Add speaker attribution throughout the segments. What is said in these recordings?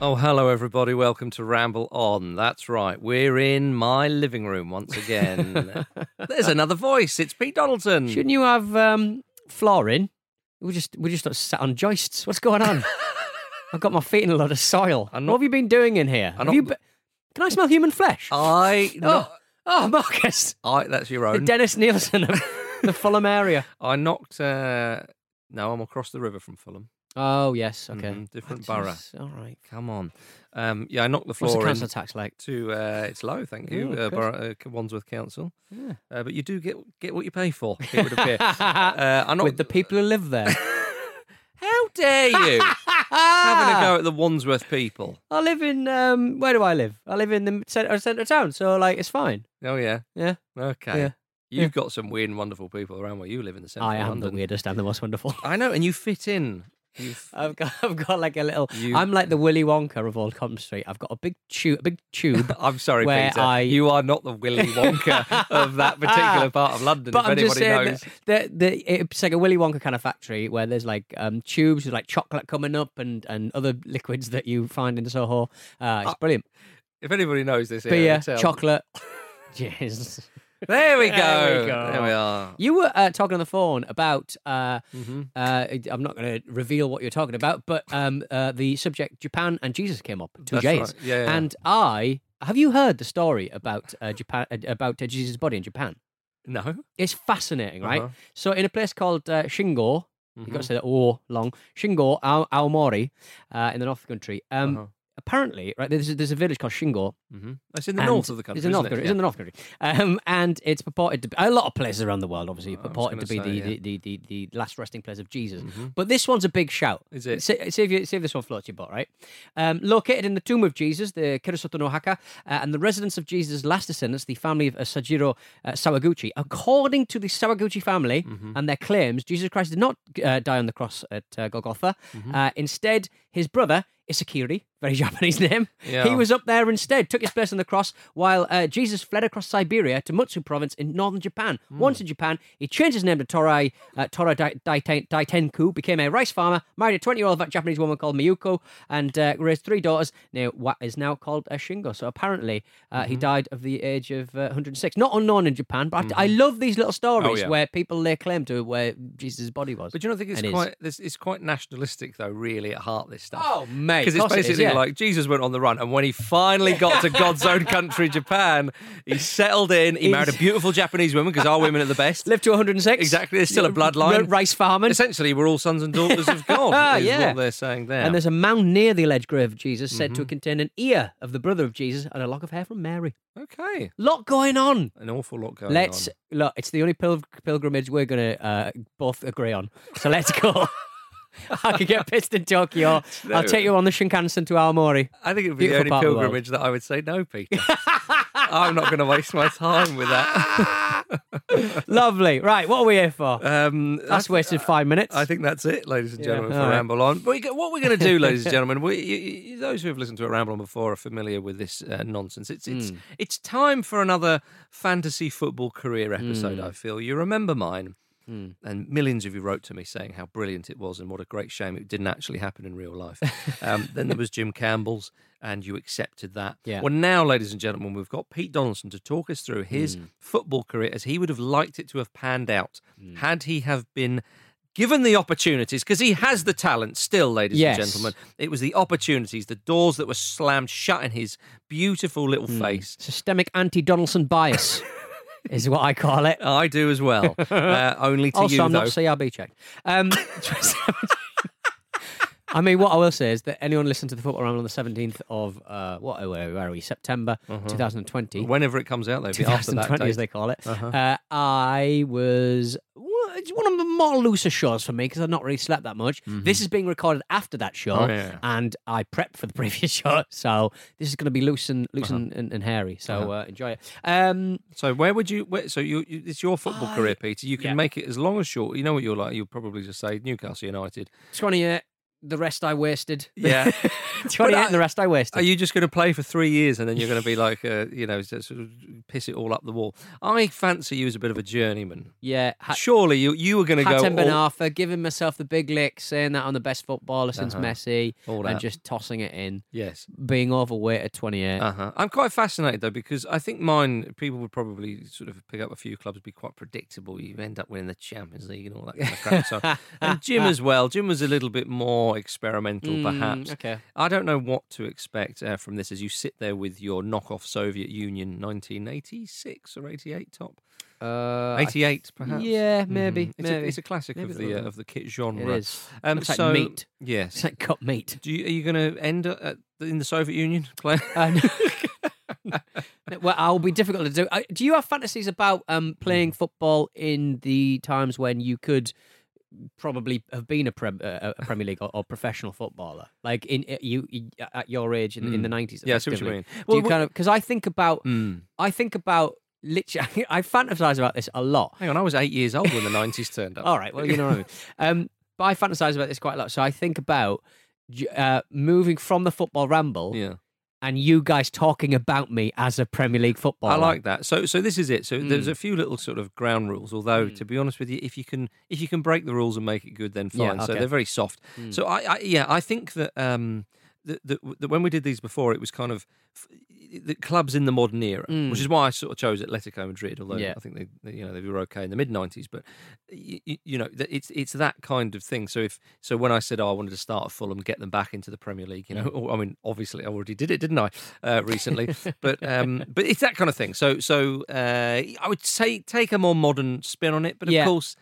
Speaker 1: Oh, hello, everybody. Welcome to Ramble On. That's right. We're in my living room once again. There's another voice. It's Pete Donaldson.
Speaker 2: Shouldn't you have um, floor in? We're just we're just not sat on joists. What's going on? I've got my feet in a lot of soil.
Speaker 1: I'm not-
Speaker 2: what have you been doing in here? Have
Speaker 1: not-
Speaker 2: you be- Can I smell human flesh?
Speaker 1: I,
Speaker 2: oh,
Speaker 1: no,
Speaker 2: oh, Marcus,
Speaker 1: I, that's your
Speaker 2: the
Speaker 1: own.
Speaker 2: Dennis Nielsen of the Fulham area.
Speaker 1: I knocked, uh, no, I'm across the river from Fulham.
Speaker 2: Oh yes, okay,
Speaker 1: Mhm, different
Speaker 2: Oh,
Speaker 1: borough.
Speaker 2: Jesus, All right.
Speaker 1: Come on. Um, yeah, I knocked the
Speaker 2: What's the
Speaker 1: floor in
Speaker 2: council tax like?
Speaker 1: to, uh, it's low, thank you,
Speaker 2: Ooh,
Speaker 1: uh,
Speaker 2: good.
Speaker 1: borough, uh, Wandsworth Council.
Speaker 2: Yeah.
Speaker 1: Uh, but you do get get what you pay for, it would appear. Uh, I knocked,
Speaker 2: With the people who live there.
Speaker 1: How dare you? having a
Speaker 2: Ah!
Speaker 1: go at the Wandsworth people.
Speaker 2: I live in um, where do I live? I live in the centre, centre of town, so like it's fine.
Speaker 1: Oh yeah.
Speaker 2: Yeah.
Speaker 1: Okay.
Speaker 2: Yeah.
Speaker 1: You've
Speaker 2: Yeah.
Speaker 1: got some weird and wonderful people around where you live in the centre
Speaker 2: I
Speaker 1: of
Speaker 2: am the
Speaker 1: London.
Speaker 2: weirdest and the most wonderful.
Speaker 1: I know, and you fit in. You f-
Speaker 2: I've got, I've got like a little.
Speaker 1: You-
Speaker 2: I'm like the Willy Wonka of Old Compton Street. I've got a big tube, a big tube.
Speaker 1: I'm sorry,
Speaker 2: Where
Speaker 1: Peter.
Speaker 2: I-
Speaker 1: You are not the Willy Wonka of that particular part of London.
Speaker 2: but
Speaker 1: if
Speaker 2: I'm
Speaker 1: anybody
Speaker 2: just saying
Speaker 1: knows,
Speaker 2: that, that, that it's like a Willy Wonka kind of factory where there's like um, tubes with like chocolate coming up and, and other liquids that you find in Soho. Uh,
Speaker 1: Ah,
Speaker 2: it's brilliant.
Speaker 1: if anybody knows this, area,
Speaker 2: Beer,
Speaker 1: tell-
Speaker 2: chocolate. Cheers.
Speaker 1: There we go.
Speaker 2: There we go.
Speaker 1: There we are.
Speaker 2: You were uh, talking on the phone about. Uh,
Speaker 1: Mhm.
Speaker 2: uh, I'm not going to reveal what you're talking about, but um, uh, the subject Japan and Jesus came up. Two
Speaker 1: That's
Speaker 2: J's.
Speaker 1: right. Yeah, yeah.
Speaker 2: And I have you heard the story about uh, Japan uh, about uh, Jesus' body in Japan?
Speaker 1: No. Mm-hmm.
Speaker 2: It's fascinating, right?
Speaker 1: Uh-huh. Mm-hmm.
Speaker 2: So in a place called uh, Shingo, you've got to say that oh long Shingo Ao- Aomori uh, in the north of the country. Um,
Speaker 1: Uh-huh.
Speaker 2: Apparently, right? There's, there's a village called Shingo.
Speaker 1: Mhm. It's in the
Speaker 2: and-
Speaker 1: north of the country.
Speaker 2: It's in the north
Speaker 1: isn't
Speaker 2: country.
Speaker 1: it?
Speaker 2: It's in the north country, um, and it's purported to be, a lot of places around the world.
Speaker 1: I
Speaker 2: Obviously,
Speaker 1: was
Speaker 2: purported to be
Speaker 1: gonna
Speaker 2: the,
Speaker 1: say, yeah.
Speaker 2: the, the, the the last resting place of Jesus.
Speaker 1: Mhm.
Speaker 2: But this one's a big shout.
Speaker 1: Is it?
Speaker 2: See, see if you see if this one floats your boat, right? Um, located in the tomb of Jesus, the Kirisoto no Haka, uh, and the residence of Jesus' last descendants, the family of uh, Sajiro uh, Sawaguchi. According to the Sawaguchi family
Speaker 1: Mm-hmm.
Speaker 2: and their claims, Jesus Christ did not uh, die on the cross at uh, Golgotha.
Speaker 1: Mm-hmm.
Speaker 2: Uh, instead, his brother Isakiri, very Japanese name,
Speaker 1: Yeah.
Speaker 2: he was up there instead, took his place on the cross, while uh, Jesus fled across Siberia to Mutsu province in northern Japan.
Speaker 1: Hmm.
Speaker 2: Once in Japan, he changed his name to Torai, uh, Torai Dai- Daiten- Daitenku, became a rice farmer, married a 20 year old Japanese woman called Miyuko, and uh, raised three daughters near what is now called uh, Shingo. So apparently, uh,
Speaker 1: Mm-hmm.
Speaker 2: he died of the age of uh, 106. Not unknown in Japan, but I, I love these little stories
Speaker 1: Mm-hmm. Oh, yeah.
Speaker 2: where people lay claim to where Jesus' body was.
Speaker 1: But you know, I think it's
Speaker 2: And is.
Speaker 1: quite this, it's quite nationalistic though, really at heart. This stuff.
Speaker 2: Oh, mate,
Speaker 1: because it's
Speaker 2: course it is,
Speaker 1: basically
Speaker 2: yeah.
Speaker 1: like Jesus went on the run, and when he finally got to God's own country, Japan, he settled in. He married a beautiful Japanese woman because our women are the best.
Speaker 2: Lived to 106.
Speaker 1: Exactly, there's still a
Speaker 2: R-
Speaker 1: bloodline.
Speaker 2: r- Rice farming.
Speaker 1: Essentially, we're all sons and daughters of God. Is
Speaker 2: Yeah.
Speaker 1: what they're saying there.
Speaker 2: And there's a mound near the alleged grave of Jesus said to contain an ear of the brother of Jesus and a lock of hair from Mary.
Speaker 1: okay,
Speaker 2: Lot going on.
Speaker 1: an awful lot going
Speaker 2: let's
Speaker 1: on.
Speaker 2: look. It's the only pil- pilgrimage we're gonna uh, both agree on. So let's go. I could get pissed in Tokyo. I'll take you on the Shinkansen to Aomori.
Speaker 1: I think it would be the
Speaker 2: Beautiful
Speaker 1: only
Speaker 2: part of the world.
Speaker 1: pilgrimage that I would say no, Peter. I'm not going to waste my time with that.
Speaker 2: Lovely. Right, what are we here for?
Speaker 1: Um, I
Speaker 2: Uh, That's uh, wasted five minutes.
Speaker 1: I think that's it, ladies and gentlemen,
Speaker 2: all
Speaker 1: for
Speaker 2: right.
Speaker 1: Ramble On. We, go- what we're going to do, ladies and gentlemen, we, you, you, those who have listened to a Ramble On before are familiar with this uh, nonsense. It's
Speaker 2: Hmm.
Speaker 1: it's it's time for another fantasy football career
Speaker 2: Hmm.
Speaker 1: episode. I feel you remember mine, and millions of you wrote to me saying how brilliant it was and what a great shame it didn't actually happen in real life. um, then there was Jim Campbell's. And you accepted that.
Speaker 2: Yeah.
Speaker 1: Well, now, ladies and gentlemen, we've got Pete Donaldson to talk us through his
Speaker 2: Hmm.
Speaker 1: football career as he would have liked it to have panned out
Speaker 2: Hmm.
Speaker 1: had he have been given the opportunities, because he has the talent still, ladies
Speaker 2: Yes.
Speaker 1: and gentlemen. It was the opportunities, the doors that were slammed shut in his beautiful little
Speaker 2: Hmm.
Speaker 1: face.
Speaker 2: Systemic anti Donaldson bias is what I call it.
Speaker 1: I do as well. uh, only to
Speaker 2: also,
Speaker 1: you,
Speaker 2: I'm
Speaker 1: though.
Speaker 2: not CRB checked. Um, I mean, what I will say is that anyone listening to the football round on the 17th of uh, what where where are we? September 2020.
Speaker 1: Whenever it comes out, though, it'll be Mm-hmm. after that Uh-huh.
Speaker 2: 2020,
Speaker 1: day.
Speaker 2: as they call it. Uh, I was well, it's one of the more looser shows for me because I've not really slept that much. This is being recorded after that show,
Speaker 1: Mm-hmm. Oh, yeah.
Speaker 2: and I prepped for the previous show, so this is going to be loose and loose
Speaker 1: Uh-huh.
Speaker 2: and, and, and hairy. So uh enjoy it. Um,
Speaker 1: So where would you? Where, so you, you, it's your football career, Peter. You can
Speaker 2: Yeah.
Speaker 1: make it as long as short. You know what you're like. You'll probably just say Newcastle United.
Speaker 2: 20, uh, the rest I wasted.
Speaker 1: Yeah.
Speaker 2: 28
Speaker 1: But I-
Speaker 2: and the rest I wasted.
Speaker 1: Are you just going to play for three years and then you're going to be like, uh, you know, just sort of piss it all up the wall? I fancy you as a bit of a journeyman.
Speaker 2: yeah. Ha-
Speaker 1: Surely you you were going to go
Speaker 2: Hatem Ben
Speaker 1: all,
Speaker 2: Arfa giving myself the big lick, saying that I'm the best footballer since
Speaker 1: Uh-huh.
Speaker 2: Messi,
Speaker 1: all
Speaker 2: and
Speaker 1: that.
Speaker 2: just tossing it in,
Speaker 1: yes.
Speaker 2: being overweight at 28.
Speaker 1: Uh-huh. I'm quite fascinated though because I think mine people would probably sort of pick up a few clubs, be quite predictable. You end up winning the Champions League and all that kind of crap. So, and Jim as well. Jim was a little bit more experimental,
Speaker 2: Mm,
Speaker 1: perhaps.
Speaker 2: okay.
Speaker 1: I don't know what to expect uh, from this as you sit there with your knockoff Soviet Union 1986 or 88 top,
Speaker 2: Uh, I-
Speaker 1: 88 perhaps.
Speaker 2: Yeah, maybe.
Speaker 1: Mhm. It's,
Speaker 2: maybe.
Speaker 1: A, it's a classic
Speaker 2: Maybe
Speaker 1: of
Speaker 2: that
Speaker 1: the uh,
Speaker 2: one.
Speaker 1: of the kit genre.
Speaker 2: It is.
Speaker 1: Um,
Speaker 2: Looks like
Speaker 1: so
Speaker 2: meat. It's
Speaker 1: yes.
Speaker 2: like cut meat.
Speaker 1: Do you, are you going to end up at, the- in the Soviet Union? Claire?
Speaker 2: Uh, no- well, I'll be difficult to do. Uh, do you have fantasies about
Speaker 1: Hmm.
Speaker 2: um, playing football in the times when you could probably have been a, prem- uh, a Premier League or, or professional footballer, like in uh, you, you at your age in, in the nineties?
Speaker 1: Hmm. Yeah, I see what you mean.
Speaker 2: Do
Speaker 1: Well,
Speaker 2: you
Speaker 1: what-
Speaker 2: kind of because I think about
Speaker 1: Mm.
Speaker 2: I think about literally I fantasize about this a lot.
Speaker 1: Hang on, I was eight years old when the 90s turned up.
Speaker 2: All right. Well, you know what I mean. Um, but I fantasize about this quite a lot. So I think about j- uh, moving from the football ramble
Speaker 1: Yeah,
Speaker 2: and you guys talking about me as a Premier League footballer.
Speaker 1: I like that. So, so this is it. So
Speaker 2: Mm.
Speaker 1: there's a few little sort of ground rules. Although, to be honest with you, if you can, if you can break the rules and make it good, then
Speaker 2: Yeah,
Speaker 1: fine. So
Speaker 2: okay. Mm.
Speaker 1: they're very soft. So I, I, yeah, I think that um, that, that, that when we did these before, it was kind of f- the clubs in the modern era, which is why I sort of chose Atletico Madrid. Although
Speaker 2: Mm. Yeah.
Speaker 1: I think they, they, you know, they were okay in the mid '90s, but you, you know, that it's it's that kind of thing. So if so, when I said oh, I wanted to start at Fulham, get them back into the Premier League, you know, or, I mean, obviously I already did it, didn't I, uh, recently? but um, but it's that kind of thing. So so uh, I would say take a more modern spin on it, but of
Speaker 2: Yeah.
Speaker 1: course,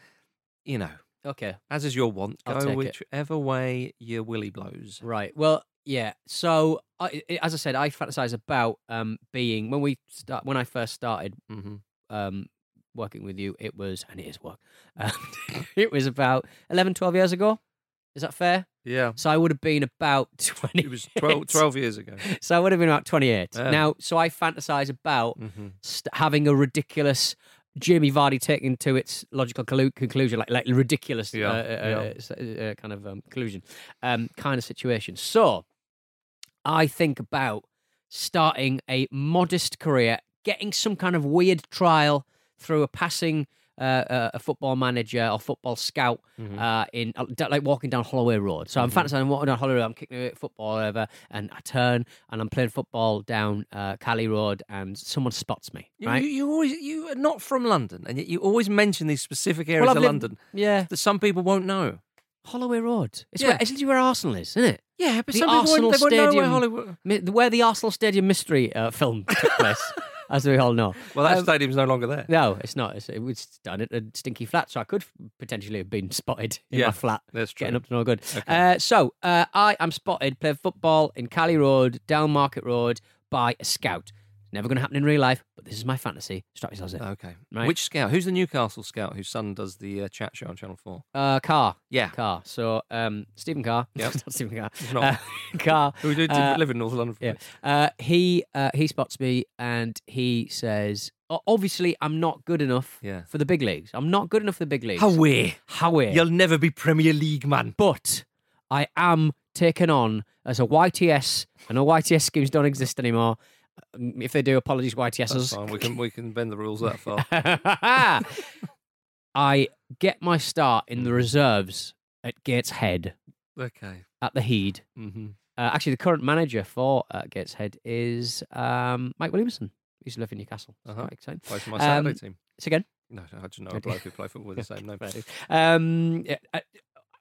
Speaker 1: you know.
Speaker 2: Okay.
Speaker 1: As is your want,
Speaker 2: I'll
Speaker 1: go
Speaker 2: take it.
Speaker 1: whichever way your willy blows.
Speaker 2: Right. Well, yeah. So I, I- as I said, I fantasize about um, being when we start when I first started
Speaker 1: Mm-hmm.
Speaker 2: um, working with you. It was and it is work. Um, it was about 11, 12 years ago. Is that fair?
Speaker 1: Yeah,
Speaker 2: So I would have been about twenty.
Speaker 1: it was 12, 12 years ago.
Speaker 2: So I would have been about 28.
Speaker 1: Yeah.
Speaker 2: Now, so I fantasize about
Speaker 1: Mm-hmm.
Speaker 2: st- having a ridiculous Jimmy Vardy taken to its logical collu- conclusion, like like ridiculous
Speaker 1: Yeah,
Speaker 2: uh, uh,
Speaker 1: yeah.
Speaker 2: uh, s- uh, kind of um, conclusion, um, kind of situation. So I think about starting a modest career, getting some kind of weird trial through a passing. Uh, uh, a football manager or football scout
Speaker 1: Mm-hmm.
Speaker 2: uh, in uh, d- like walking down Holloway Road. So I'm fantasizing I'm walking down Holloway Road. I'm kicking a football over, and I turn and I'm playing football down uh, Cali Road, and someone spots me.
Speaker 1: You,
Speaker 2: right?
Speaker 1: you, you always you are not from London, and yet you always mention these specific areas
Speaker 2: Well,
Speaker 1: of
Speaker 2: I've lived-
Speaker 1: London
Speaker 2: Yeah,
Speaker 1: that some people won't know.
Speaker 2: Holloway Road. It's
Speaker 1: Yeah.
Speaker 2: where it's literally where Arsenal is, isn't it?
Speaker 1: Yeah, but
Speaker 2: The
Speaker 1: some people
Speaker 2: Arsenal
Speaker 1: won't, they won't know where
Speaker 2: Stadium.
Speaker 1: Hollywood.
Speaker 2: Mi- Where the Arsenal Stadium mystery uh, film took place, as we all know.
Speaker 1: Well, that
Speaker 2: Um,
Speaker 1: stadium's no longer there.
Speaker 2: No, it's not. It's, it was done at a stinky flat, so I could potentially have been spotted in
Speaker 1: Yeah,
Speaker 2: my flat.
Speaker 1: that's true.
Speaker 2: Getting up to no good. Uh, so uh, I am spotted playing football in Cali Road, down Market Road, by a scout. Never going to happen in real life, but this is my fantasy. Strap yourselves in.
Speaker 1: Okay.
Speaker 2: Right.
Speaker 1: Which scout? Who's the Newcastle scout whose son does the uh, chat show on Channel Four?
Speaker 2: Uh, Carr.
Speaker 1: Yeah.
Speaker 2: Carr. So um, Stephen Carr.
Speaker 1: Yep.
Speaker 2: not Stephen Carr.
Speaker 1: not.
Speaker 2: Uh, Carr.
Speaker 1: Who did
Speaker 2: uh,
Speaker 1: live in North London?
Speaker 2: Yeah. Uh, he uh, he spots me and he says, "O- "Obviously, I'm not good enough
Speaker 1: Yeah.
Speaker 2: for the big leagues. I'm not good enough for the big leagues.
Speaker 1: Away.
Speaker 2: However,
Speaker 1: You'll never be Premier League man.
Speaker 2: but I am taken on as a YTS. I know YTS schemes don't exist anymore. Um, If they do, apologies,
Speaker 1: That's
Speaker 2: YTSers.
Speaker 1: fine. We can we can bend the rules that far.
Speaker 2: I get my start in the reserves at Gateshead
Speaker 1: okay.
Speaker 2: at the Heed.
Speaker 1: Mm-hmm.
Speaker 2: Uh, actually, the current manager for uh, Gateshead is um, Mike Williamson. He used to live in Newcastle. It's
Speaker 1: Uh-huh.
Speaker 2: quite exciting.
Speaker 1: Play for my
Speaker 2: Um,
Speaker 1: Saturday team.
Speaker 2: So again,
Speaker 1: No, I just know a bloke who play football with the same name.
Speaker 2: um, yeah, uh,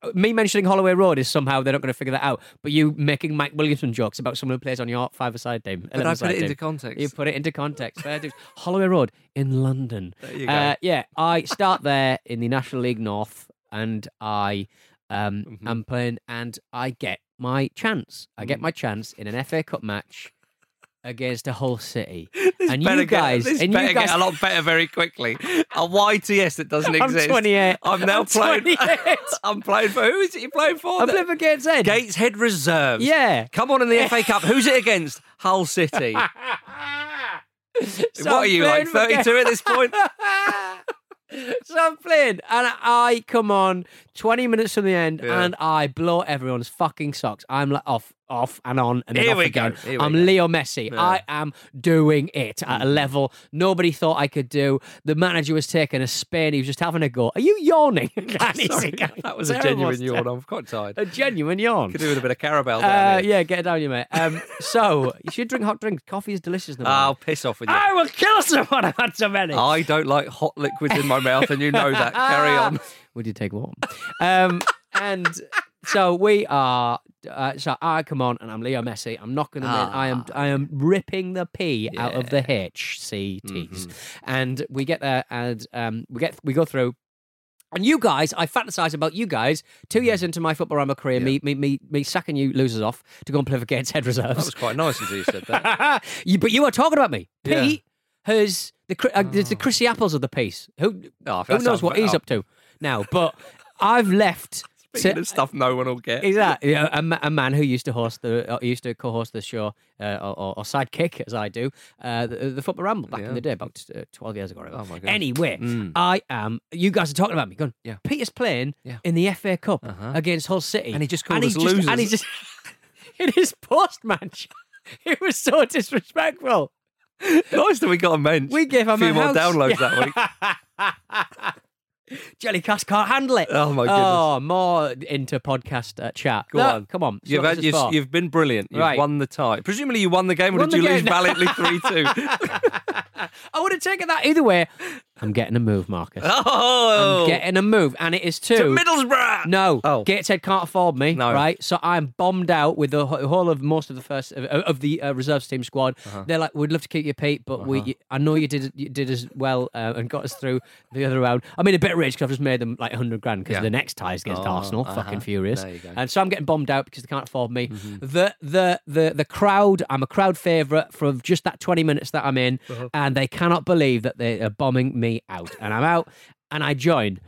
Speaker 2: uh, me mentioning Holloway Road is somehow they're not going to figure that out. But you making Mike Williamson jokes about someone who plays on your five-a-side team,
Speaker 1: But I put
Speaker 2: eleven-a-side
Speaker 1: it
Speaker 2: team.
Speaker 1: into context.
Speaker 2: you put it into context. Fair dues. Holloway Road in London.
Speaker 1: There you go.
Speaker 2: Uh, yeah, I start there in the National League North, and I um,
Speaker 1: Mhm.
Speaker 2: am playing, and I get my chance. I
Speaker 1: Mm.
Speaker 2: get my chance in an FA Cup match against a Hull City, and
Speaker 1: better
Speaker 2: you guys,
Speaker 1: get, this
Speaker 2: and
Speaker 1: better
Speaker 2: you guys,
Speaker 1: get a lot better very quickly. A YTS that doesn't
Speaker 2: I'm
Speaker 1: exist.
Speaker 2: 28.
Speaker 1: I'm now
Speaker 2: I'm
Speaker 1: playing.
Speaker 2: 28.
Speaker 1: I'm playing for who is it? You playing for?
Speaker 2: I'm
Speaker 1: The-
Speaker 2: playing for Gateshead.
Speaker 1: Gateshead Reserves.
Speaker 2: Yeah.
Speaker 1: Come on in the FA Cup. Who's it against? Hull City.
Speaker 2: So
Speaker 1: what are
Speaker 2: I'm
Speaker 1: you like?
Speaker 2: playing for Ga-
Speaker 1: Thirty-two at this point.
Speaker 2: So I'm playing, and I come on 20 minutes from the end,
Speaker 1: Yeah.
Speaker 2: and I blow everyone's fucking socks. I'm like off, off, and on, and then
Speaker 1: Here
Speaker 2: off
Speaker 1: we go,
Speaker 2: again.
Speaker 1: here we
Speaker 2: I'm
Speaker 1: go. Mm.
Speaker 2: Leo Messi. I am doing it at a level nobody thought I could do. The manager was taking a spin. He was just having a go. Are you yawning? That is-
Speaker 1: Sorry, that was a
Speaker 2: terrible
Speaker 1: genuine yawn. I'm quite tired.
Speaker 2: A genuine yawn.
Speaker 1: Could do with a bit of Carabel down
Speaker 2: Uh,
Speaker 1: here.
Speaker 2: yeah, get it down, you mate. Um, so you should drink hot drinks. Coffee is delicious. in the morning.
Speaker 1: I'll piss off with you.
Speaker 2: I will kill someone. I've had so many.
Speaker 1: I don't like hot liquids in my mouth, and you know that. Oh, Carry
Speaker 2: Ah.
Speaker 1: on.
Speaker 2: Would you take one? um, and so we are. Uh, so I come on, and I'm Leo Messi. I'm knocking them in. I am. I am ripping the P out of the HCTs.
Speaker 1: Mm-hmm.
Speaker 2: And we get there, and um, we get we go through. And you guys, I fantasize about you guys. Two years
Speaker 1: Mm-hmm.
Speaker 2: into my football ramble career, me, me, me, me sacking you losers off to go and play for Gateshead reserves.
Speaker 1: That was quite nice until you said that.
Speaker 2: you, but you were talking about me.
Speaker 1: Yeah.
Speaker 2: Pete has the cri- uh, there's the Chrissy Apples of the piece. Who
Speaker 1: Oh,
Speaker 2: who
Speaker 1: that
Speaker 2: knows
Speaker 1: sounds-
Speaker 2: what he's
Speaker 1: oh.
Speaker 2: up to now? But I've left.
Speaker 1: Speaking of stuff no one will get.
Speaker 2: Is that yeah, a, ma- a man who used to host the uh, used to co-host the show uh, or, or, or sidekick as I do uh, the, the football ramble back in the day about uh, twelve years ago. Or
Speaker 1: Oh, my God.
Speaker 2: Anyway, I am. You guys are talking about me. Going,
Speaker 1: Yeah. Uh-huh.
Speaker 2: Peter's playing in the FA Cup against Hull City,
Speaker 1: And he just called us
Speaker 2: he just-
Speaker 1: losers.
Speaker 2: And he just in his post match, it was so disrespectful.
Speaker 1: Nice that we got a mensch.
Speaker 2: We gave our
Speaker 1: a few
Speaker 2: man
Speaker 1: more
Speaker 2: house.
Speaker 1: downloads that week.
Speaker 2: Jellycast can't handle it.
Speaker 1: Oh, my goodness.
Speaker 2: Oh, more into podcast uh, chat.
Speaker 1: Go
Speaker 2: No,
Speaker 1: on.
Speaker 2: come on. It's
Speaker 1: You've,
Speaker 2: not
Speaker 1: had,
Speaker 2: this is
Speaker 1: you've,
Speaker 2: for.
Speaker 1: you've been brilliant. You've
Speaker 2: Right.
Speaker 1: won the tie. Presumably you won the game, or
Speaker 2: Won
Speaker 1: did you
Speaker 2: the
Speaker 1: lose
Speaker 2: game.
Speaker 1: valiantly 3 2?
Speaker 2: I would have taken that either way. I'm getting a move, Marcus.
Speaker 1: oh!
Speaker 2: Getting a move, and it is two.
Speaker 1: to Middlesbrough!
Speaker 2: No,
Speaker 1: Oh.
Speaker 2: Gateshead can't afford me.
Speaker 1: No.
Speaker 2: right? So I'm bombed out with the wh- whole of most of the first of, of the uh, reserves team squad.
Speaker 1: Uh-huh.
Speaker 2: They're like, we'd love to keep you, Pete, but we, I know you did you did as well uh, and got us through the other round. I mean, a bit rich because I've just made them like hundred grand because
Speaker 1: Yeah.
Speaker 2: the next tie is against
Speaker 1: Oh,
Speaker 2: Arsenal.
Speaker 1: uh-huh.
Speaker 2: Fucking furious.
Speaker 1: There you go. Mm-hmm.
Speaker 2: And so I'm getting bombed out because they can't afford me. The the the the crowd. I'm a crowd favorite from just that 20 minutes that I'm in,
Speaker 1: Uh-huh.
Speaker 2: and they cannot believe that they are bombing me out. And I'm out, and I join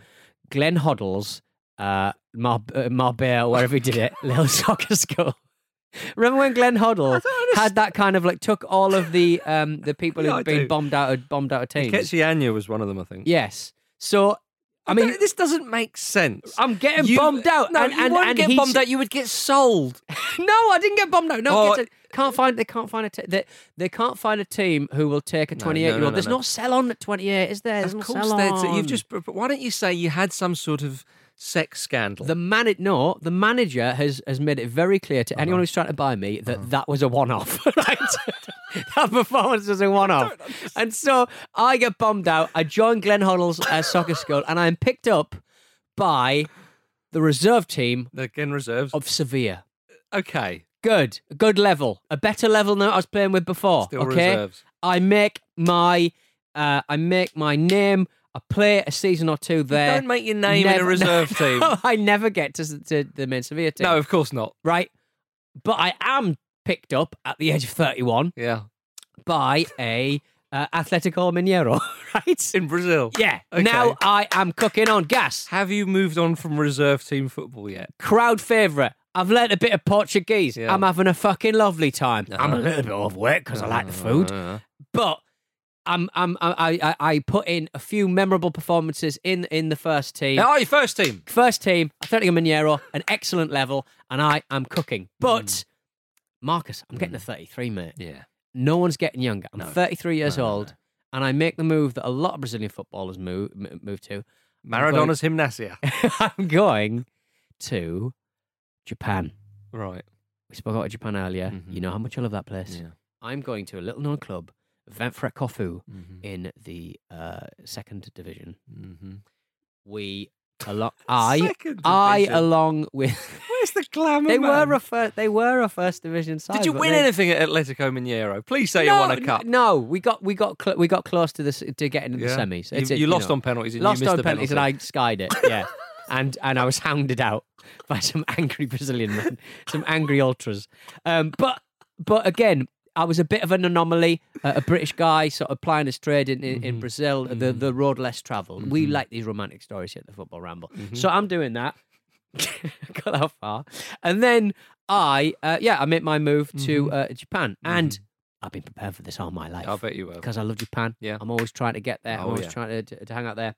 Speaker 2: Glenn Hoddle's uh, Mar- uh, Marbella, wherever he did it, Little Soccer School. Remember when Glenn Hoddle had that kind of like took all of the um the people
Speaker 1: Yeah, I
Speaker 2: who'd been
Speaker 1: do.
Speaker 2: bombed out of bombed out of teams.
Speaker 1: Ketchianya was one of them, I think.
Speaker 2: Yes. So I mean
Speaker 1: this doesn't make sense.
Speaker 2: I'm getting
Speaker 1: You-
Speaker 2: bombed out.
Speaker 1: No,
Speaker 2: and,
Speaker 1: you
Speaker 2: and,
Speaker 1: won't
Speaker 2: and
Speaker 1: get
Speaker 2: he's-
Speaker 1: bombed out. You would get sold.
Speaker 2: No, I didn't get bombed out. No,
Speaker 1: Oh,
Speaker 2: get to- can't find. They can't find a. T- they, they can't find a team who will take a
Speaker 1: no,
Speaker 2: 28 year
Speaker 1: no,
Speaker 2: old.
Speaker 1: no,
Speaker 2: There's
Speaker 1: no.
Speaker 2: no sell on at 28, is there? There's
Speaker 1: Of
Speaker 2: no
Speaker 1: course,
Speaker 2: sell
Speaker 1: there's-
Speaker 2: on.
Speaker 1: you've just. but Why don't you say you had some sort of sex scandal?
Speaker 2: The man, no, the manager has has made it very clear to
Speaker 1: Uh-huh.
Speaker 2: anyone who's trying to buy me that that was a one off. Right, that performance was a one off, and so I get bombed out. I join Glenn Hoddle's uh, soccer school, and I am picked up by the reserve team
Speaker 1: Again, reserves.
Speaker 2: of Sevilla.
Speaker 1: Okay.
Speaker 2: Good, good level, a better level than I was playing with before.
Speaker 1: Still
Speaker 2: okay,
Speaker 1: reserves.
Speaker 2: I make my, uh, I make my name. I play a season or two there.
Speaker 1: Don't make your name in a
Speaker 2: Uh, Never-
Speaker 1: reserve team.
Speaker 2: No, I never get to, to the main Sevilla team.
Speaker 1: No, of course not.
Speaker 2: right? But I am picked up at the age of 31
Speaker 1: Yeah.
Speaker 2: by a uh, Atletico Mineiro, right?
Speaker 1: In Brazil.
Speaker 2: Yeah.
Speaker 1: Okay.
Speaker 2: Now I am cooking on gas.
Speaker 1: Have you moved on from reserve team football yet?
Speaker 2: Crowd favourite. I've learnt a bit of Portuguese.
Speaker 1: Yeah.
Speaker 2: I'm having a fucking lovely time. I'm a little bit overweight because I like the
Speaker 1: Uh.
Speaker 2: food, but I'm, I'm, I, I, I put in a few memorable performances in in the first team.
Speaker 1: Oh, your first team.
Speaker 2: First team, Atletico Mineiro, an excellent level, and I am cooking. But
Speaker 1: Hmm.
Speaker 2: Marcus, I'm getting a 33, mate.
Speaker 1: Yeah.
Speaker 2: No one's getting younger. I'm 33 years old, and I make the move that a lot of Brazilian footballers move m- move to.
Speaker 1: Maradona's Gymnasia.
Speaker 2: I'm going to Japan.
Speaker 1: Right.
Speaker 2: We spoke about Japan earlier. You know how much I love that place.
Speaker 1: Mm-hmm. Yeah.
Speaker 2: I'm going to a little known club, Ventforet Kofu, in the uh, second division.
Speaker 1: Mm-hmm.
Speaker 2: We along I
Speaker 1: Second
Speaker 2: I
Speaker 1: division.
Speaker 2: along with
Speaker 1: Where's the glamour?
Speaker 2: they
Speaker 1: man?
Speaker 2: were a first they were a first division side.
Speaker 1: Did you
Speaker 2: but
Speaker 1: win
Speaker 2: they-
Speaker 1: anything at Atletico Mineiro? Please say you won a
Speaker 2: n-
Speaker 1: cup.
Speaker 2: No, we got we got cl- we got close to this to getting into
Speaker 1: Yeah.
Speaker 2: the semis.
Speaker 1: You-
Speaker 2: It's it,
Speaker 1: you lost
Speaker 2: know.
Speaker 1: on penalties and you
Speaker 2: lost
Speaker 1: missed
Speaker 2: on
Speaker 1: the
Speaker 2: penalties,
Speaker 1: penalty.
Speaker 2: and I skied it. Yeah, and and I was hounded out by some angry Brazilian men, some angry ultras. Um, but but again. I was a bit of an anomaly, uh, a British guy sort of applying his trade in, in,
Speaker 1: Mm-hmm.
Speaker 2: in Brazil, the, the road less traveled. We like these romantic stories here at the Football Ramble.
Speaker 1: Mm-hmm.
Speaker 2: So I'm doing that. got that far. And then I, uh, yeah, I made my move to uh, Japan. And I've been prepared for this all my life
Speaker 1: I Mm-hmm. bet you were.
Speaker 2: because I love Japan.
Speaker 1: Yeah.
Speaker 2: I'm always trying to get there. I'm
Speaker 1: Oh,
Speaker 2: always
Speaker 1: yeah.
Speaker 2: trying to, to, to hang out there.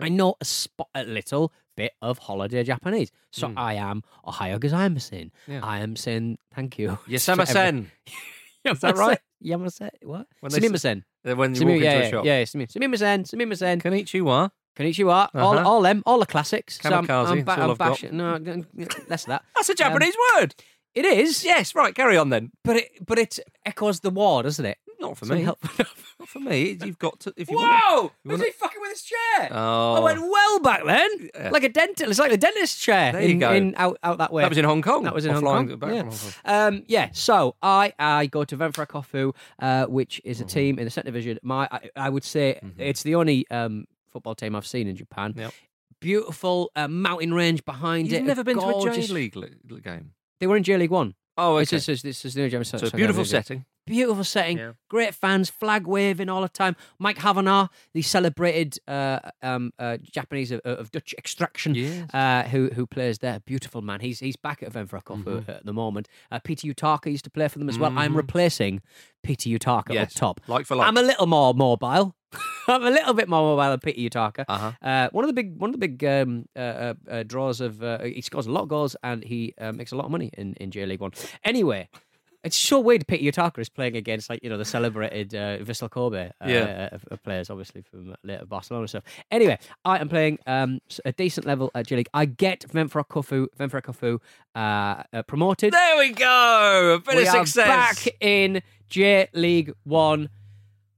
Speaker 2: I know a spot, a little bit of holiday Japanese, so I am ohayo gozaimasen.
Speaker 1: Hmm. Yeah.
Speaker 2: I am saying thank you.
Speaker 1: Yasamasen.
Speaker 2: Is
Speaker 1: that right?
Speaker 2: Yamase what?
Speaker 1: When they s-
Speaker 2: Sumimasen.
Speaker 1: Uh, When you
Speaker 2: Sumi-
Speaker 1: walk
Speaker 2: yeah,
Speaker 1: into
Speaker 2: yeah,
Speaker 1: a shop.
Speaker 2: yeah, sumi- sumimasen, sumimasen.
Speaker 1: Konnichiwa.
Speaker 2: Konnichiwa. All,
Speaker 1: Uh-huh.
Speaker 2: all them, all the classics. So I'm,
Speaker 1: Kamikaze,
Speaker 2: I'm, ba-
Speaker 1: that's all
Speaker 2: I'm
Speaker 1: I've got.
Speaker 2: bashing. No, n- n- less that.
Speaker 1: That's a Japanese word.
Speaker 2: It is,
Speaker 1: Yes, right. Carry on then.
Speaker 2: but it but it echoes the war, doesn't it?
Speaker 1: Not for
Speaker 2: So
Speaker 1: me.
Speaker 2: help-
Speaker 1: Not for me. It- You've got to. If you want.
Speaker 2: Whoa!
Speaker 1: You
Speaker 2: Was
Speaker 1: wanna-
Speaker 2: he fucking with his chair?
Speaker 1: Oh,
Speaker 2: I went well back then,
Speaker 1: Yeah.
Speaker 2: like a dentist. It's like the dentist chair.
Speaker 1: There you
Speaker 2: in,
Speaker 1: go.
Speaker 2: in- out out that way.
Speaker 1: that was in Hong Kong.
Speaker 2: That was in
Speaker 1: Or
Speaker 2: Hong
Speaker 1: flying
Speaker 2: Kong.
Speaker 1: Back
Speaker 2: yeah.
Speaker 1: From Hong Kong.
Speaker 2: Um, yeah, so I, I go to Venfra Kofu, uh, which is a
Speaker 1: Mm-hmm.
Speaker 2: team in the second division. My, I, I would say it's the only um, football team I've seen in Japan.
Speaker 1: Yep.
Speaker 2: Beautiful uh, mountain range behind it.
Speaker 1: You've never been to a
Speaker 2: gorgeous-
Speaker 1: J League li- game.
Speaker 2: They were in J League One.
Speaker 1: Oh,
Speaker 2: This is this is- this is the only Japanese
Speaker 1: so
Speaker 2: side-
Speaker 1: it's a beautiful
Speaker 2: I've ever been.
Speaker 1: setting.
Speaker 2: Beautiful setting.
Speaker 1: Yeah.
Speaker 2: Great fans, flag waving all the time. Mike Havanar, the celebrated uh, um, uh, Japanese of, of Dutch extraction
Speaker 1: Yes.
Speaker 2: uh, who who plays there. Beautiful man. He's he's back at Venfrakov
Speaker 1: Mm-hmm.
Speaker 2: at the moment. Uh, Peter Utaka used to play for them as well. I'm replacing Peter Utaka
Speaker 1: Yes.
Speaker 2: up top. Um,
Speaker 1: Like for like.
Speaker 2: I'm a little more mobile. I'm a little bit more mobile than Peter Utaka.
Speaker 1: Uh-huh.
Speaker 2: Uh, one of the big one of the big um, uh, uh, uh, draws of uh, he scores a lot of goals and he uh, makes a lot of money in in J League One. Anyway. It's so weird. Peter Utaka is playing against, like you know, the celebrated uh, Vissel Kobe uh,
Speaker 1: Yeah.
Speaker 2: uh, uh, players, obviously from later Barcelona and stuff. Anyway, I am playing um, s- a decent level at J League. I get Venfra Kofu, Venfra Kofu uh, uh, promoted.
Speaker 1: There we go. A bit
Speaker 2: we
Speaker 1: of success.
Speaker 2: are back in J League One.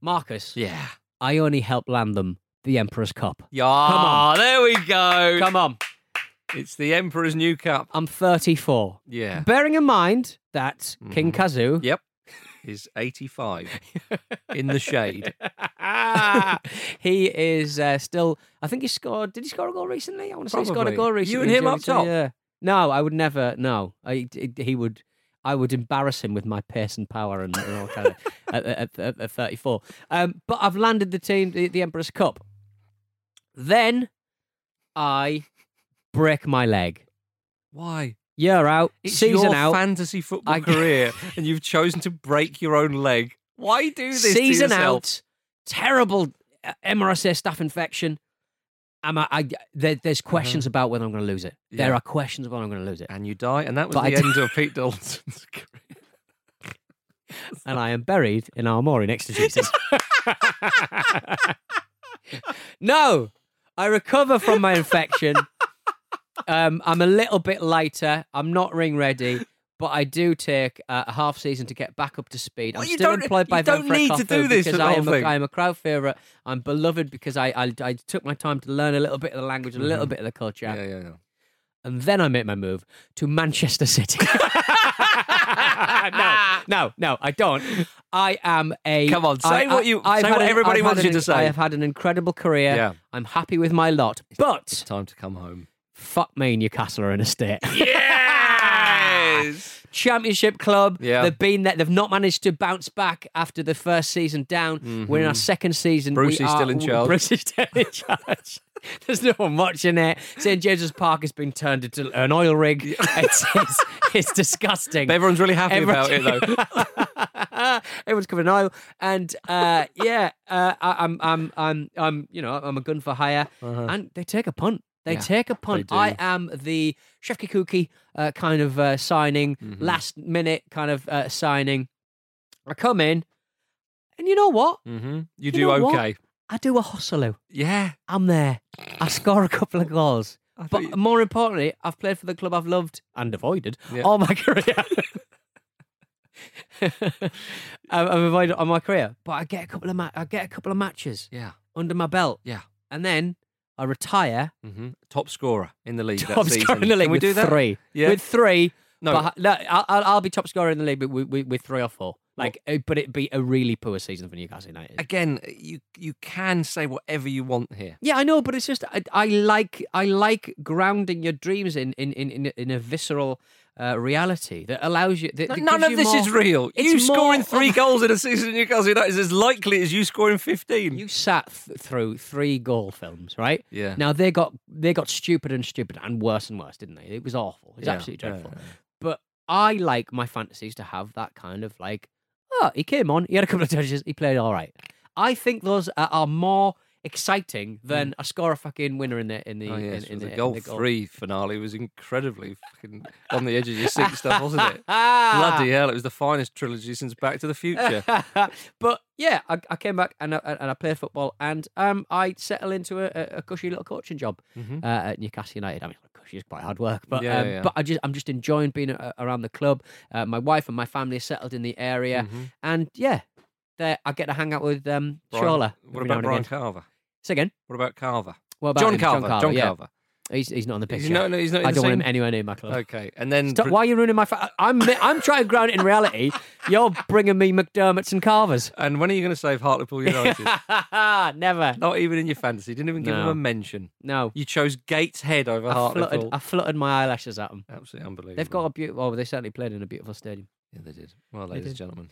Speaker 2: Marcus,
Speaker 1: Yeah.
Speaker 2: I only helped land them the Emperor's Cup.
Speaker 1: Yeah.
Speaker 2: on.
Speaker 1: There we go.
Speaker 2: Come on,
Speaker 1: It's the Emperor's new cup.
Speaker 2: I'm 34.
Speaker 1: Yeah.
Speaker 2: Bearing in mind that King Kazoo
Speaker 1: Yep. Is 85 in the shade.
Speaker 2: he is uh, still. I think he scored. Did he score a goal recently? I want to say he scored a
Speaker 1: Probably.
Speaker 2: goal
Speaker 1: You
Speaker 2: recently.
Speaker 1: and him up
Speaker 2: Joey, so,
Speaker 1: top?
Speaker 2: Yeah. No, I would never. No, I, he would. I would embarrass him with my pace and power and, and all kind of at, at, at, at 34. Um, but I've landed the team the, the Emperor's Cup. Then I break my leg.
Speaker 1: Why?
Speaker 2: Year out,
Speaker 1: It's
Speaker 2: season
Speaker 1: your
Speaker 2: out,
Speaker 1: fantasy football
Speaker 2: I-
Speaker 1: career, and you've chosen to break your own leg. Why do this? to
Speaker 2: season
Speaker 1: yourself?
Speaker 2: out, terrible uh, MRSA staph infection. Am I, I, there, there's questions about whether I'm going to lose it. There
Speaker 1: Mm-hmm. Yeah.
Speaker 2: are questions about whether I'm going to lose it,
Speaker 1: and you die. And that was
Speaker 2: But I
Speaker 1: the
Speaker 2: d-
Speaker 1: end of Pete Dalton's career.
Speaker 2: and I am buried in Armori next to Jesus. no, I recover from my infection. Um, I'm a little bit lighter. I'm not ring ready, but I do take uh, a half season to get back up to speed. I'm
Speaker 1: Well, you
Speaker 2: still
Speaker 1: don't-
Speaker 2: employed by
Speaker 1: you don't
Speaker 2: Venfrek
Speaker 1: need to
Speaker 2: Coffee
Speaker 1: do this for
Speaker 2: because
Speaker 1: the
Speaker 2: I
Speaker 1: whole
Speaker 2: am, a,
Speaker 1: thing.
Speaker 2: I am a crowd favorite. I'm beloved because I, I I took my time to learn a little bit of the language, a
Speaker 1: Mm-hmm.
Speaker 2: little bit of the culture,
Speaker 1: Yeah, yeah, yeah.
Speaker 2: and then I make my move to Manchester City. no, no, no, I don't. I am a.
Speaker 1: Come on, say
Speaker 2: I- I-
Speaker 1: what you-
Speaker 2: I've
Speaker 1: say
Speaker 2: had
Speaker 1: what
Speaker 2: an-
Speaker 1: everybody
Speaker 2: I've
Speaker 1: wants
Speaker 2: had
Speaker 1: you
Speaker 2: an-
Speaker 1: to say.
Speaker 2: I have had an incredible career.
Speaker 1: Yeah.
Speaker 2: I'm happy with my lot, but
Speaker 1: Time to come home.
Speaker 2: fuck me, Newcastle are in a state.
Speaker 1: Yes.
Speaker 2: Championship club.
Speaker 1: Yeah.
Speaker 2: They've been there. They've not managed to bounce back after the first season down. We're in our second season.
Speaker 1: Mm-hmm. Bruce
Speaker 2: We
Speaker 1: is
Speaker 2: are-
Speaker 1: still in charge.
Speaker 2: Bruce is still in charge. There's no one watching it. St James's Park has been turned into an oil rig. It's, it's, it's disgusting.
Speaker 1: But everyone's really happy about it, though.
Speaker 2: though. Everyone's covered in oil, and uh, yeah, uh, I, I'm, I'm, I'm, I'm, you know, I'm a gun for hire,
Speaker 1: Uh-huh.
Speaker 2: and they take a punt. They
Speaker 1: Yeah,
Speaker 2: take a punt.
Speaker 1: do.
Speaker 2: I am the Chef Kikuki uh, kind of uh, signing,
Speaker 1: Mm-hmm.
Speaker 2: last minute kind of uh, signing. I come in, and you know what?
Speaker 1: Mm-hmm. You, do
Speaker 2: know what?
Speaker 1: okay.
Speaker 2: I do a hustle.
Speaker 1: Yeah.
Speaker 2: I'm there. I score a couple of goals.
Speaker 1: I thought
Speaker 2: But
Speaker 1: you-
Speaker 2: more importantly, I've played for the club I've loved and avoided
Speaker 1: Yeah.
Speaker 2: all my career. I- I've avoided all my career, but I get a couple of ma- I get a couple of matches
Speaker 1: yeah.
Speaker 2: under my belt.
Speaker 1: Yeah.
Speaker 2: and then I retire.
Speaker 1: Mm-hmm. Top scorer in the league.
Speaker 2: Top
Speaker 1: that season.
Speaker 2: scorer in the league
Speaker 1: Can we
Speaker 2: with
Speaker 1: do that?
Speaker 2: three.
Speaker 1: Yeah.
Speaker 2: With three,
Speaker 1: No.
Speaker 2: behi- no, I'll, I'll I'll be top scorer in the league, but with, with, with three or four. Like, uh, but it'd be a really poor season for Newcastle United.
Speaker 1: Again, you you can say whatever you want here.
Speaker 2: Yeah, I know, but it's just I, I like I like grounding your dreams in in in in, in a visceral uh, reality that allows you. That, that
Speaker 1: None
Speaker 2: gives
Speaker 1: of
Speaker 2: you
Speaker 1: this
Speaker 2: more-
Speaker 1: is real.
Speaker 2: It's
Speaker 1: you scoring
Speaker 2: more-
Speaker 1: three goals in a season at Newcastle United is as likely as you scoring 15.
Speaker 2: You sat th- through three goal films, right?
Speaker 1: Yeah.
Speaker 2: Now they got they got stupid and stupid and worse and worse, didn't they? It was awful. It's
Speaker 1: Yeah,
Speaker 2: absolutely
Speaker 1: yeah, Oh,
Speaker 2: dreadful.
Speaker 1: yeah.
Speaker 2: But I like my fantasies to have that kind of like, oh, he came on, he had a couple of touches, he played all right. I think those are, are more exciting than I score a fucking winner in the in the
Speaker 1: Mm. Oh, yes,
Speaker 2: in, in
Speaker 1: the,
Speaker 2: in
Speaker 1: goal
Speaker 2: goal.
Speaker 1: three finale was incredibly fucking on the edge of your seat stuff, wasn't it?
Speaker 2: Ah!
Speaker 1: Bloody hell! It was the finest trilogy since Back to the Future.
Speaker 2: but yeah, I, I came back and I, and I played football and um, I settled into a, a, a cushy little coaching job
Speaker 1: Mm-hmm.
Speaker 2: uh, at Newcastle United. I mean, cushy is quite hard work, but
Speaker 1: Yeah,
Speaker 2: um,
Speaker 1: yeah.
Speaker 2: but I just I'm just enjoying being a, around the club. Uh, my wife and my family are settled in the area,
Speaker 1: Mhm.
Speaker 2: and yeah, there I get to hang out with um,
Speaker 1: Brian-
Speaker 2: Shola.
Speaker 1: What
Speaker 2: every now
Speaker 1: about
Speaker 2: and
Speaker 1: Brian
Speaker 2: again.
Speaker 1: Carver?
Speaker 2: Say again.
Speaker 1: What about Carver?
Speaker 2: What about
Speaker 1: John,
Speaker 2: him?
Speaker 1: Carver? John
Speaker 2: yeah.
Speaker 1: Carver.
Speaker 2: He's, he's not in the picture.
Speaker 1: He's not, no, he's not in
Speaker 2: I
Speaker 1: the
Speaker 2: don't want
Speaker 1: same-
Speaker 2: him anywhere near my club.
Speaker 1: Okay, and then
Speaker 2: Stop- why are you ruining my? Fa- I'm I'm trying to ground it in reality. You're bringing me McDermott's and Carvers.
Speaker 1: and when are you going to save Hartlepool United?
Speaker 2: Never.
Speaker 1: Not even in your fantasy. Didn't even give
Speaker 2: No.
Speaker 1: them a mention.
Speaker 2: No.
Speaker 1: You chose Gateshead over
Speaker 2: I fluttered,
Speaker 1: Hartlepool.
Speaker 2: I fluttered my eyelashes at them.
Speaker 1: Absolutely unbelievable.
Speaker 2: They've got a beautiful. Oh, they certainly played in a beautiful stadium.
Speaker 1: Yeah, they did. Well, ladies
Speaker 2: did.
Speaker 1: and gentlemen,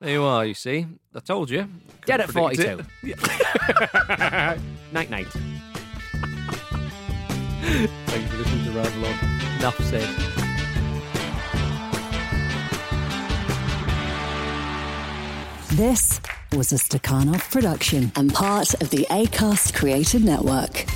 Speaker 1: there you are. You see, I told you. Couldn't
Speaker 2: Dead at
Speaker 1: predict it.
Speaker 2: 42. Night night.
Speaker 1: Thanks for listening to Ramble On.
Speaker 2: Enough said.
Speaker 3: This was a Stakhanov production and part of the Acast Creative Network.